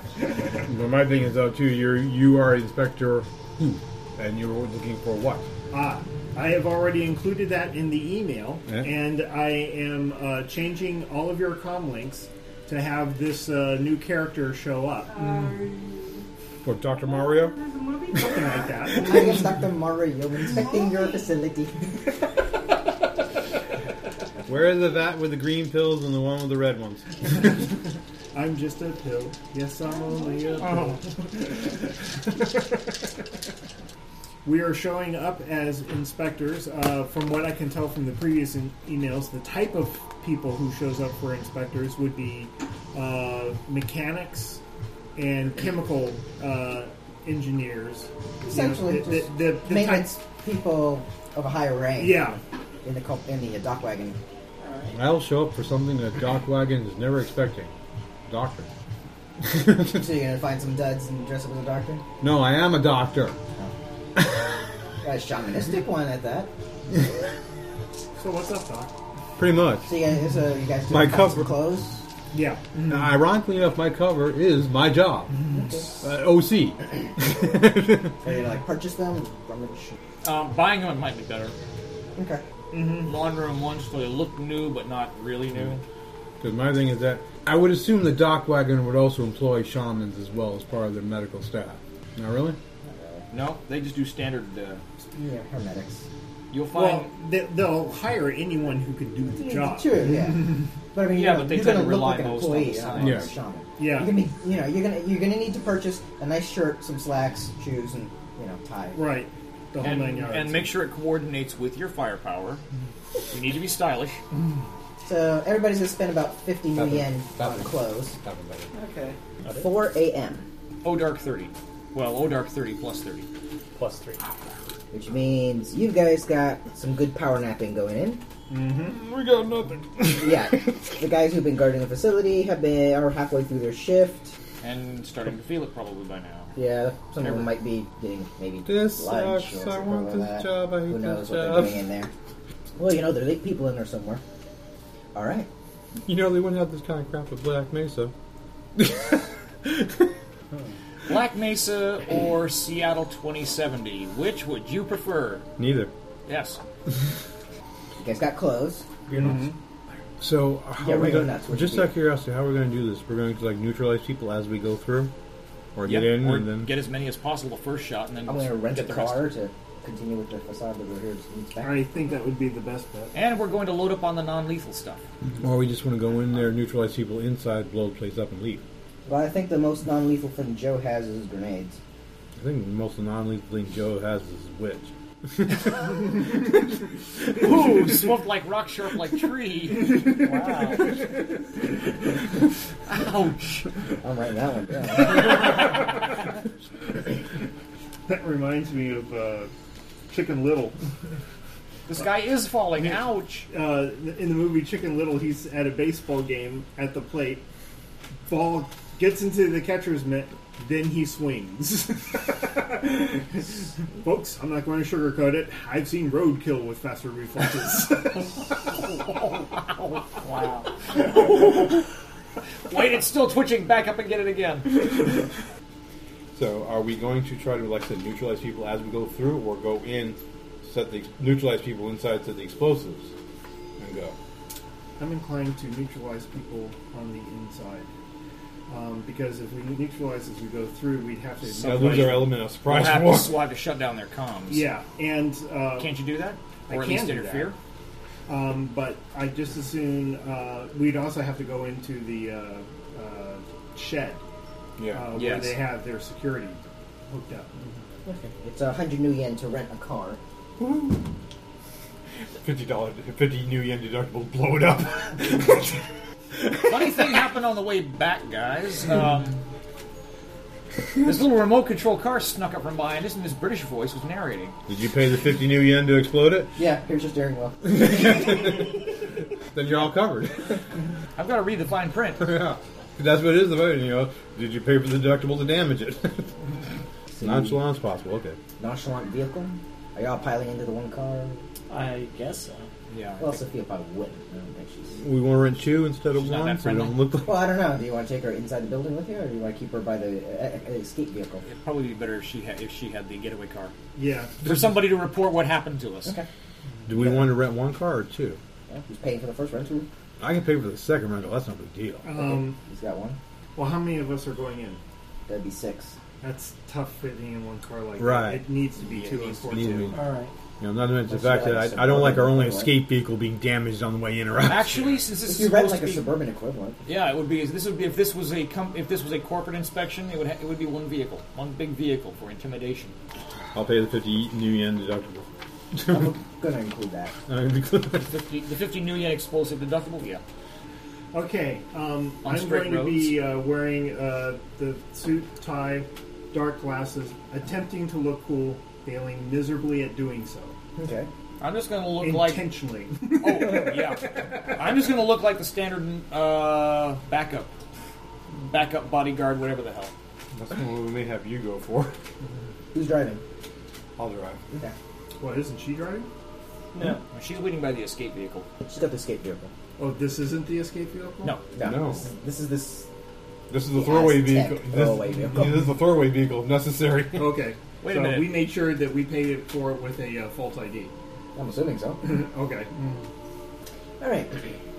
Speaker 5: Well, my thing is though too, you're you are Inspector Who, and you're looking for what?
Speaker 7: Ah, I have already included that in the email,
Speaker 5: Yeah.
Speaker 7: and I am uh, changing all of your com links to have this uh, new character show up,
Speaker 5: For Doctor Mario?
Speaker 7: something like
Speaker 4: I
Speaker 7: that.
Speaker 4: am Dr. Mario inspecting your facility.
Speaker 5: Where is the vat with the green pills and the one with the red ones?
Speaker 7: I'm just a pill. Yes, I'm only a
Speaker 3: Oh.
Speaker 7: pill. we are showing up as inspectors. Uh, from what I can tell from the previous in- emails, the type of people who shows up for inspectors would be uh, mechanics and chemical uh, engineers. You know,
Speaker 4: Essentially,
Speaker 7: the- the-
Speaker 4: just
Speaker 7: the- the
Speaker 4: Maintenance
Speaker 7: type-
Speaker 4: people of a higher rank.
Speaker 7: Yeah,
Speaker 4: In the comp- in the uh, dock wagon.
Speaker 5: I'll show up for something that Doc Wagon is never expecting. Doctor.
Speaker 4: so you're gonna find some duds and dress up as a doctor?
Speaker 5: No, I am a doctor.
Speaker 4: A shamanistic one at that.
Speaker 7: So what's up, Doc?
Speaker 5: Pretty much.
Speaker 4: So you guys, so you guys
Speaker 5: My
Speaker 4: doing find some
Speaker 5: cover-
Speaker 4: clothes.
Speaker 7: Yeah.
Speaker 5: Now, ironically enough, my cover is my job. Uh, OC.
Speaker 4: Are you gonna like purchase them? Rummage.
Speaker 9: Um, buying one might be better.
Speaker 4: Okay.
Speaker 9: Launder them once so they look new but not really new.
Speaker 5: Because my thing is that I would assume the Doc Wagon would also employ shamans as well as part of their medical staff. Not really?
Speaker 3: No, they just do standard. Uh,
Speaker 4: Yeah, hermetics.
Speaker 3: you'll find.
Speaker 7: Well, they, they'll hire anyone who can do the job.
Speaker 4: Sure, yeah. But I mean,
Speaker 3: Yeah,
Speaker 4: you're,
Speaker 3: but they
Speaker 4: you're
Speaker 3: tend
Speaker 4: gonna
Speaker 3: to
Speaker 4: look
Speaker 3: rely
Speaker 4: like an
Speaker 3: most on
Speaker 4: employee,
Speaker 3: the
Speaker 4: not
Speaker 3: sign.
Speaker 4: a
Speaker 5: Yeah.
Speaker 4: shaman.
Speaker 7: Yeah.
Speaker 4: You're gonna, be, you know, you're gonna you're gonna need to purchase a nice shirt, some slacks, shoes, and you know, tie.
Speaker 7: Right. The whole
Speaker 3: and,
Speaker 7: nine yards.
Speaker 3: and make sure it coordinates with your firepower. You need to be stylish.
Speaker 4: So everybody's gonna spend about fifty new
Speaker 1: Nothing.
Speaker 4: yen on
Speaker 1: Nothing.
Speaker 4: clothes.
Speaker 6: Okay.
Speaker 4: Four a.m.,
Speaker 3: O dark thirty. Well, O dark thirty plus thirty.
Speaker 10: Plus three.
Speaker 4: which means you guys got some good power napping going in. Mm-hmm.
Speaker 5: Mm, We got nothing.
Speaker 4: Yeah, the guys who've been guarding the facility have been are halfway through their shift.
Speaker 3: and starting to feel it probably by now.
Speaker 4: Yeah, some of them might be getting maybe
Speaker 5: This
Speaker 4: lunch
Speaker 5: sucks.
Speaker 4: or
Speaker 5: I
Speaker 4: something
Speaker 5: want
Speaker 4: like
Speaker 5: this
Speaker 4: that.
Speaker 5: job. I hate
Speaker 4: Who knows
Speaker 5: this
Speaker 4: what
Speaker 5: job.
Speaker 4: they're doing in there? Well, you know, there are eight people in there somewhere. All right.
Speaker 5: You know, they wouldn't have this kind of crap with Black Mesa.
Speaker 3: Black Mesa or Seattle 2070, which would you prefer?
Speaker 5: Neither.
Speaker 3: Yes.
Speaker 4: You guys got clothes.
Speaker 5: Mm-hmm. So, uh, how
Speaker 4: Yeah,
Speaker 5: are we
Speaker 4: regular
Speaker 5: gonna,
Speaker 4: nuts would
Speaker 5: just
Speaker 4: be-
Speaker 5: out of curiosity, how are we going to do this? We're going to like neutralize people as we go through, or
Speaker 3: Yep,
Speaker 5: get in
Speaker 3: or
Speaker 5: and then
Speaker 3: get as many as possible first shot, and then
Speaker 4: I'm going to rent a
Speaker 3: get the rest.
Speaker 4: car to continue with the facade that we're here to inspect.
Speaker 7: I think that would be the best bet.
Speaker 3: And we're going to load up on the non-lethal stuff.
Speaker 5: or we just want to go in there, neutralize people inside, blow the place up, and leave.
Speaker 4: Well, I think the most non-lethal thing Joe has is grenades.
Speaker 5: I think the most non-lethal thing Joe has is his witch.
Speaker 3: Ooh, swift like rock, sharp like tree.
Speaker 6: Wow.
Speaker 3: Ouch.
Speaker 4: I'm writing that one down.
Speaker 7: That reminds me of uh, Chicken Little.
Speaker 3: This guy is falling. Ouch.
Speaker 7: Uh, in the movie Chicken Little, he's at a baseball game at the plate. Ball gets into the catcher's mitt, then he swings. Folks, I'm not going to sugarcoat it. I've seen roadkill with faster reflexes.
Speaker 3: Wow. Wait, it's still twitching. Back up and get it again.
Speaker 5: So, are we going to try to, like I said, neutralize people as we go through, or go in, set the neutralize people inside, set the explosives, and go?
Speaker 7: I'm inclined to neutralize people on the inside. Um, because if we neutralize as we go through, we'd have to.
Speaker 5: Now lose our element
Speaker 3: We'll
Speaker 5: of surprise
Speaker 3: have,
Speaker 5: war.
Speaker 3: to, we'll have to shut down their comms.
Speaker 7: Yeah, and uh,
Speaker 3: Can't you do that?
Speaker 7: I
Speaker 3: Or at
Speaker 7: can
Speaker 3: least
Speaker 7: do that.
Speaker 3: interfere?
Speaker 7: Um, but I just as soon uh, we'd also have to go into the uh, uh, shed
Speaker 5: Yeah. Mm-hmm.
Speaker 7: uh, where
Speaker 3: Yes.
Speaker 7: they have their security hooked up.
Speaker 4: It's a hundred new yen to rent a car.
Speaker 5: Fifty dollar, fifty new yen deductible. Blow it up.
Speaker 3: Funny thing happened on the way back, guys. Um, this little remote control car snuck up from behind us, and this British voice was narrating.
Speaker 5: Did you pay the fifty new yen to explode it?
Speaker 4: Yeah, here's your steering wheel.
Speaker 5: Then you're all covered.
Speaker 3: I've got to read the fine print.
Speaker 5: yeah. That's what it is about. You know, did you pay for the deductible to damage it? Nonchalant's possible. Okay.
Speaker 4: Nonchalant vehicle? Are y'all piling into the one car?
Speaker 9: I guess so.
Speaker 3: Yeah.
Speaker 4: Well, Sophia probably wouldn't. I don't think she's.
Speaker 5: We want to rent two instead of
Speaker 2: She's not
Speaker 5: one.
Speaker 2: that
Speaker 5: So we don't look like.
Speaker 4: Well, I don't know. Do you want to take her inside the building with you, or do you want to keep her by the uh, uh, escape vehicle?
Speaker 3: It'd probably be better if she had, if she had the getaway car
Speaker 7: Yeah,
Speaker 3: for somebody to report what happened to us.
Speaker 4: Okay.
Speaker 5: Do we want to rent one car or two?
Speaker 4: Well, he's paying for the first rental.
Speaker 5: I can pay for the second rental. That's no big deal.
Speaker 7: Um,
Speaker 4: He's got one.
Speaker 7: well, how many of us are going in?
Speaker 4: That'd be six.
Speaker 7: That's tough fitting in one car like
Speaker 5: Right.
Speaker 7: that. It needs to be
Speaker 3: Yeah,
Speaker 7: two,
Speaker 3: it needs to be
Speaker 5: Need to be-
Speaker 7: unfortunately.
Speaker 6: All right.
Speaker 5: You know, not to mention the
Speaker 4: That's
Speaker 5: fact
Speaker 4: like
Speaker 5: that
Speaker 4: some
Speaker 5: I, I don't like our only
Speaker 4: other-
Speaker 5: escape vehicle being damaged on the way in or out.
Speaker 3: Actually, since this
Speaker 4: If
Speaker 3: is
Speaker 4: you rent
Speaker 3: supposed
Speaker 4: like
Speaker 3: to
Speaker 4: a
Speaker 3: be,
Speaker 4: suburban equivalent,
Speaker 3: yeah, it would be. This would be if this was a com- if this was a corporate inspection, it would ha- it would be one vehicle, one big vehicle for intimidation.
Speaker 5: I'll pay the 50 new yen deductible.
Speaker 4: I'm gonna include that.
Speaker 5: I mean, because-
Speaker 3: Fifty, the fifty new yen explosive deductible. Yeah.
Speaker 7: Okay, um,
Speaker 3: On
Speaker 7: I'm
Speaker 3: straight
Speaker 7: going to be uh, wearing uh, the suit, tie, dark glasses, attempting to look cool, failing miserably at doing so.
Speaker 4: Okay.
Speaker 3: I'm just going to look like
Speaker 7: Intentionally.
Speaker 3: Oh, yeah. I'm just going to look like the standard uh, backup, backup bodyguard, whatever the hell.
Speaker 5: That's the one we may have you go for.
Speaker 4: Who's driving?
Speaker 5: I'll drive.
Speaker 4: Okay.
Speaker 7: what, isn't she driving?
Speaker 6: No.
Speaker 3: She's waiting by the escape vehicle.
Speaker 4: She's got the escape vehicle.
Speaker 7: Oh, this isn't the escape vehicle?
Speaker 3: No,
Speaker 5: No.
Speaker 4: This is this. Is this
Speaker 5: This is the
Speaker 4: Yes,
Speaker 5: throwaway
Speaker 4: tech
Speaker 5: vehicle. This,
Speaker 4: throwaway vehicle.
Speaker 5: this is the throwaway vehicle if necessary.
Speaker 7: Okay.
Speaker 3: Wait a
Speaker 7: so
Speaker 3: minute.
Speaker 7: we made sure that we paid it for it with a uh, false ID.
Speaker 4: I'm assuming so.
Speaker 7: okay.
Speaker 4: All right.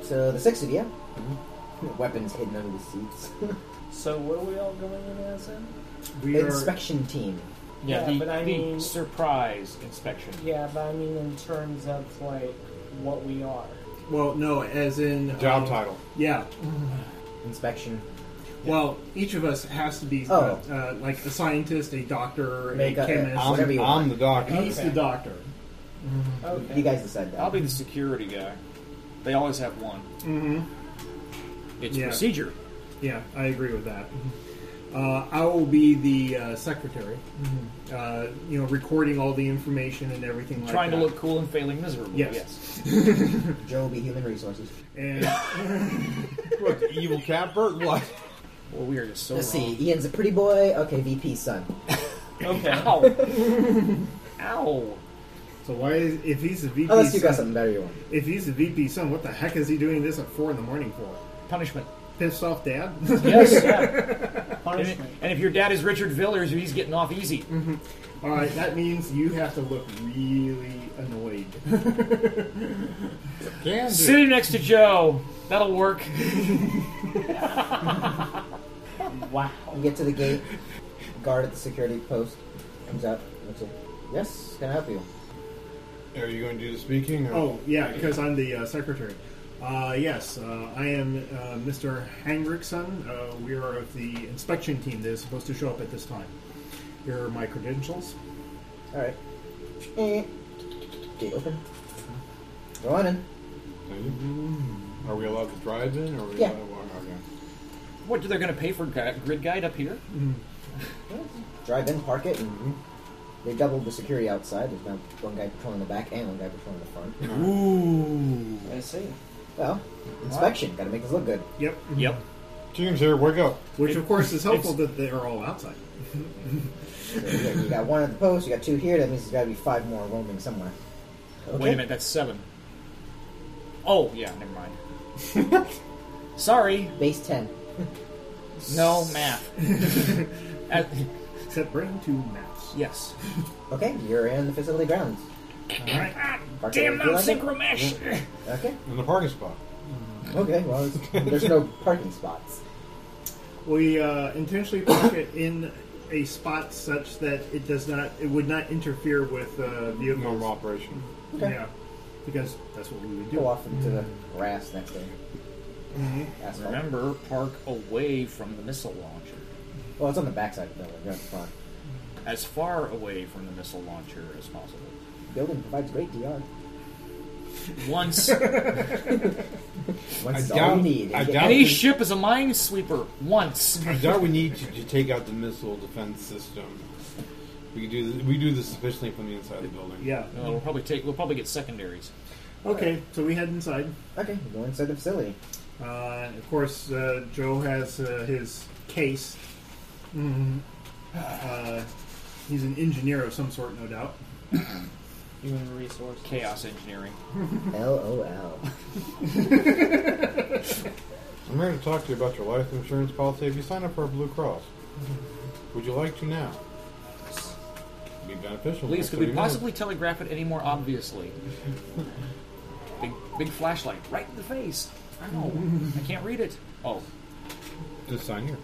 Speaker 4: So the six of you. Mm-hmm. Weapons hidden under the seats.
Speaker 9: So what are we all going in as in?
Speaker 7: We are.
Speaker 4: Inspection team.
Speaker 6: Yeah,
Speaker 3: the,
Speaker 6: but I
Speaker 3: the
Speaker 6: mean-
Speaker 3: surprise inspection.
Speaker 6: Yeah, but I mean in terms of like what we are.
Speaker 7: Well, no, as in.
Speaker 5: Job
Speaker 7: um,
Speaker 5: title.
Speaker 7: Yeah.
Speaker 4: Inspection.
Speaker 7: Well, each of us has to be
Speaker 4: Oh.
Speaker 7: uh, uh, like a scientist, a doctor,
Speaker 4: Make
Speaker 7: a
Speaker 4: a- Oh,
Speaker 7: chemist.
Speaker 4: It's whatever
Speaker 5: I'm,
Speaker 4: you
Speaker 5: I'm
Speaker 4: want.
Speaker 5: the doctor.
Speaker 7: He's
Speaker 6: Okay.
Speaker 7: the doctor.
Speaker 6: Okay.
Speaker 4: You guys decide that.
Speaker 3: I'll be the security guy. They always have one.
Speaker 7: Mm-hmm.
Speaker 3: It's
Speaker 7: Yeah.
Speaker 3: procedure.
Speaker 7: Yeah, I agree with that. Uh, I will be the uh, secretary,
Speaker 4: Mm-hmm.
Speaker 7: uh, you know, recording all the information and everything like
Speaker 3: Trying
Speaker 7: that.
Speaker 3: to look cool and failing miserably.
Speaker 7: Yes.
Speaker 4: Joe will be human resources.
Speaker 7: And
Speaker 5: What, the evil cat bird? What?
Speaker 3: Well, we are just so
Speaker 4: Let's
Speaker 3: wrong.
Speaker 4: see. Ian's a pretty boy. Okay, VP son.
Speaker 9: Okay.
Speaker 3: Ow. Ow.
Speaker 7: so why is if he's a VP?
Speaker 4: Unless you
Speaker 7: son,
Speaker 4: got something better you want.
Speaker 7: If he's a VP son, what the heck is he doing this at four in the morning for?
Speaker 3: Punishment.
Speaker 7: Pissed off dad?
Speaker 3: Yes. and,
Speaker 6: Punishment.
Speaker 3: and if your dad is Richard Villers, he's getting off easy.
Speaker 7: all right, that means you have to look really annoyed.
Speaker 3: Sitting next to Joe. That'll work.
Speaker 6: Wow.
Speaker 4: You get to the gate. Guard at the security post comes out. Looks at- yes, can I help you?
Speaker 5: Are you going to do the speaking? Or?
Speaker 7: oh yeah, because I'm the uh, secretary. Uh, yes, uh, I am uh, Mr. Hangrickson. Uh, we are of the inspection team that is supposed to show up at this time. Here are my credentials.
Speaker 4: All right. Eh. Gate open. Go on in.
Speaker 5: Are we allowed to drive in? Or are we
Speaker 4: Yeah.
Speaker 5: allowed to walk? Okay.
Speaker 3: What, they're going to pay for gui- grid guide up here?
Speaker 4: Drive in, park it, and they doubled the security outside. There's now one guy patrolling the back and one guy patrolling the front.
Speaker 9: I see.
Speaker 4: Well, inspection. Got to make this look good.
Speaker 7: Yep.
Speaker 3: Yep.
Speaker 5: Team's here, wake up.
Speaker 7: Which, of course, is helpful that they are all outside.
Speaker 4: Yeah, you got one at the post, you got two here, that means there's got to be five more roaming somewhere. Okay.
Speaker 3: Wait a minute, that's seven. Oh, yeah, never mind. Sorry,
Speaker 4: Base 10.
Speaker 3: no math. At-
Speaker 7: Except bring two maps.
Speaker 3: yes.
Speaker 4: Okay, you're in the facility grounds.
Speaker 7: All right.
Speaker 4: Parker,
Speaker 3: Damn,
Speaker 4: would you
Speaker 3: non
Speaker 4: like it?
Speaker 3: synchro mesh!
Speaker 4: Okay,
Speaker 5: In the parking spot.
Speaker 4: okay, well, it's- there's no parking spots.
Speaker 7: We uh, intentionally park it in a spot such that it does not, it would not interfere with uh, vehicles.
Speaker 5: Normal operation.
Speaker 4: Okay.
Speaker 7: Yeah, because that's what we would
Speaker 4: Go
Speaker 7: do.
Speaker 4: off into the grass next to mm
Speaker 5: Mm-hmm.
Speaker 4: asphalt.
Speaker 3: Remember, park away from the missile launcher.
Speaker 4: Well, it's on the backside of the building, not the front.
Speaker 3: As far away from the missile launcher as possible.
Speaker 4: Building provides great DR.
Speaker 3: Once
Speaker 4: Once is
Speaker 5: doubt-
Speaker 4: all you need.
Speaker 5: I
Speaker 4: Is it-
Speaker 5: doubt-
Speaker 3: any ship is a minesweeper. Once.
Speaker 5: I doubt we need to, to take out the missile defense system. We could do this, we do this sufficiently from the inside of the building.
Speaker 7: Yeah.
Speaker 3: No, we'll probably take. We'll probably get secondaries.
Speaker 7: Okay, so we head inside.
Speaker 4: Okay, you go inside the facility.
Speaker 7: Uh, and of course, uh, Joe has uh, his case. Uh, he's an engineer of some sort, no doubt.
Speaker 6: Human resource.
Speaker 3: Chaos engineering.
Speaker 4: LOL.
Speaker 5: I'm here to talk to you about your life insurance policy. If you sign up for a Blue Cross, would you like to now? Be beneficial.
Speaker 3: Please,
Speaker 5: for
Speaker 3: could we
Speaker 5: 30 minutes.
Speaker 3: possibly telegraph it any more obviously? big, big flashlight right in the face. Ow! I can't read it. Oh,
Speaker 5: Just sign here.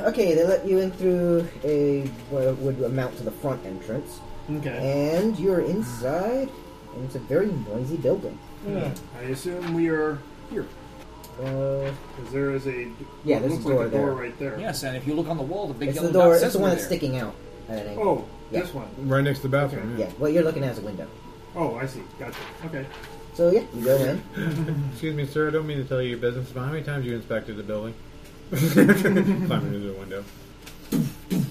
Speaker 4: Okay, they let you in through a what would amount to the front entrance,
Speaker 7: Okay.
Speaker 4: and you're inside. And it's a very noisy building.
Speaker 7: I assume we are here
Speaker 4: Uh,
Speaker 7: because there is a
Speaker 4: Yeah,
Speaker 7: what
Speaker 4: there's a
Speaker 7: looks
Speaker 4: door
Speaker 7: like a door
Speaker 4: there.
Speaker 7: right there.
Speaker 3: yes. And if you look on the wall, the big
Speaker 4: it's
Speaker 3: yellow
Speaker 4: the door.
Speaker 3: dot says
Speaker 4: It's the
Speaker 3: we're
Speaker 4: one that's
Speaker 3: there.
Speaker 4: sticking out at an angle.
Speaker 7: Oh,
Speaker 4: Yeah.
Speaker 7: this one.
Speaker 5: Right next to the bathroom.
Speaker 4: Yeah, what you're looking at is a window.
Speaker 7: Oh, I see. Gotcha. Okay.
Speaker 4: So yeah, you go in.
Speaker 5: Excuse me, sir. I don't mean to tell you your business, but how many times you inspected the building? Climbing into the window.
Speaker 4: And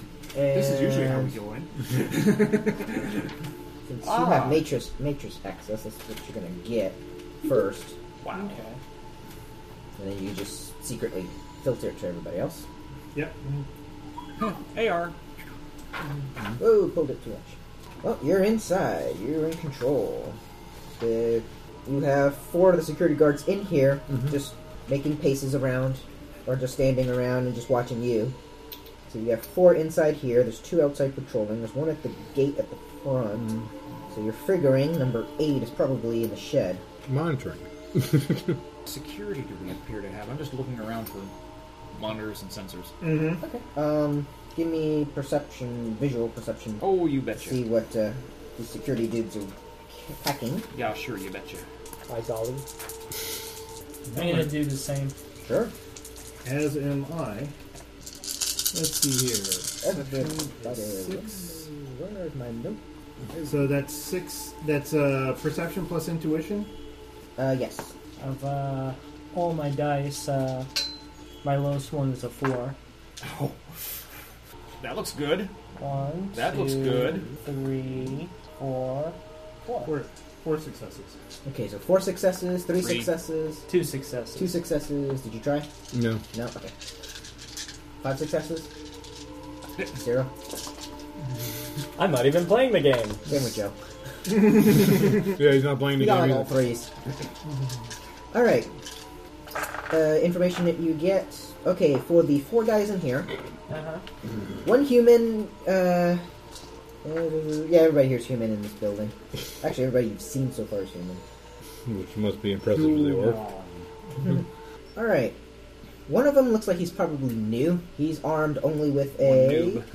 Speaker 7: This is usually how we go in.
Speaker 4: Since you
Speaker 3: Ah.
Speaker 4: have matrix matrix access, that's what you're gonna get first,
Speaker 3: Wow.
Speaker 6: Okay.
Speaker 4: and then you just secretly filter it to everybody else.
Speaker 7: Yep.
Speaker 3: AR.
Speaker 4: Whoa, pulled Oh, it too much. Well, you're inside. You're in control. The, you have four of the security guards in here, just making paces around, or just standing around and just watching you. So you have four inside here. There's two outside patrolling. There's one at the gate at the front. So you're figuring number eight is probably in the shed.
Speaker 5: Monitoring.
Speaker 3: Security do we appear to have? I'm just looking around for monitors and sensors.
Speaker 4: Um, give me perception, visual perception.
Speaker 3: Oh, you
Speaker 4: See
Speaker 3: betcha.
Speaker 4: what uh, the security dudes are hacking.
Speaker 3: Yeah, sure, you betcha.
Speaker 10: Hi, Dolly.
Speaker 6: I'm gonna do the same.
Speaker 4: Sure.
Speaker 7: As am I. Let's see here.
Speaker 4: That's good. That is-
Speaker 7: Six.
Speaker 4: Where is my note?
Speaker 7: So that's six. That's uh, perception plus intuition.
Speaker 4: Uh, yes.
Speaker 6: Of uh, all my dice, uh, my lowest one is a four.
Speaker 3: That looks good.
Speaker 6: One,
Speaker 3: That looks
Speaker 6: two,
Speaker 3: good.
Speaker 6: Three, four, four.
Speaker 7: Four, four successes.
Speaker 4: Okay, so four successes, three,
Speaker 3: Three.
Speaker 4: successes,
Speaker 6: Two successes.
Speaker 4: two successes. Did you try?
Speaker 5: No.
Speaker 4: No. Okay. Five successes. Zero.
Speaker 10: I'm not even playing the game.
Speaker 4: Same with Joe.
Speaker 5: Yeah, he's not playing the
Speaker 4: You got
Speaker 5: game
Speaker 4: like all
Speaker 5: either.
Speaker 4: threes. all right. Uh, information that you get. Okay, for the four guys in here,
Speaker 6: Uh-huh.
Speaker 4: one human. Uh, uh, yeah, everybody here's human in this building. Actually, everybody you've seen so far is human.
Speaker 5: Which must be impressive to the orc.
Speaker 4: All right. One of them looks like he's probably new. He's armed only with a.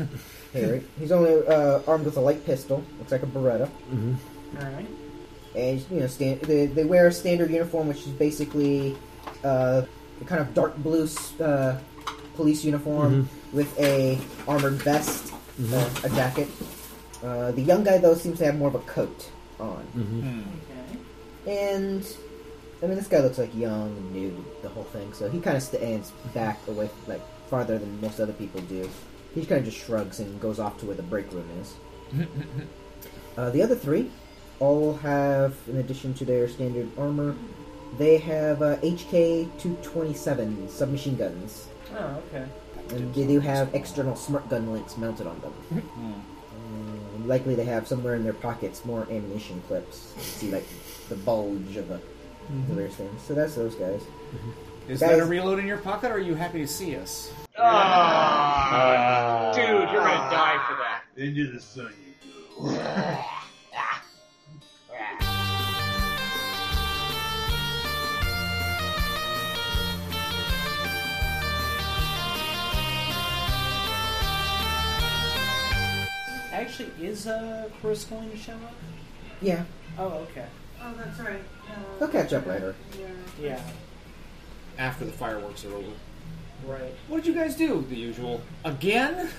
Speaker 4: Here, he's only uh, armed with a light pistol. Looks like a Beretta.
Speaker 6: All right.
Speaker 4: And you know, stand, they, they wear a standard uniform, which is basically uh, a kind of dark blue s- uh, police uniform with a armored vest, uh, a jacket. Uh, the young guy though seems to have more of a coat on.
Speaker 5: Mm-hmm.
Speaker 6: Okay.
Speaker 4: And I mean, this guy looks like young, new, the whole thing. So he kind of stands back away, like farther than most other people do. He kind of just shrugs and goes off to where the break room is. uh, the other three all have, in addition to their standard armor, They have uh, HK 227 submachine guns,
Speaker 6: Oh, okay.
Speaker 4: and they do have external smart gun links mounted on them. Um, likely, they have somewhere in their pockets more ammunition clips. You see, like the bulge of a various things. So that's those guys.
Speaker 3: Is
Speaker 4: Guys-
Speaker 3: that a reload in your pocket, or are you happy to see us?
Speaker 9: dude, you're gonna die for that.
Speaker 5: Into the sun you go.
Speaker 6: Actually, is uh, Chris going to show up?
Speaker 4: Yeah,
Speaker 6: Oh, okay. Oh, that's right.
Speaker 4: they'll catch up later.
Speaker 6: Yeah,
Speaker 3: After the fireworks are over.
Speaker 6: right.
Speaker 3: What did you guys do? The usual. Again?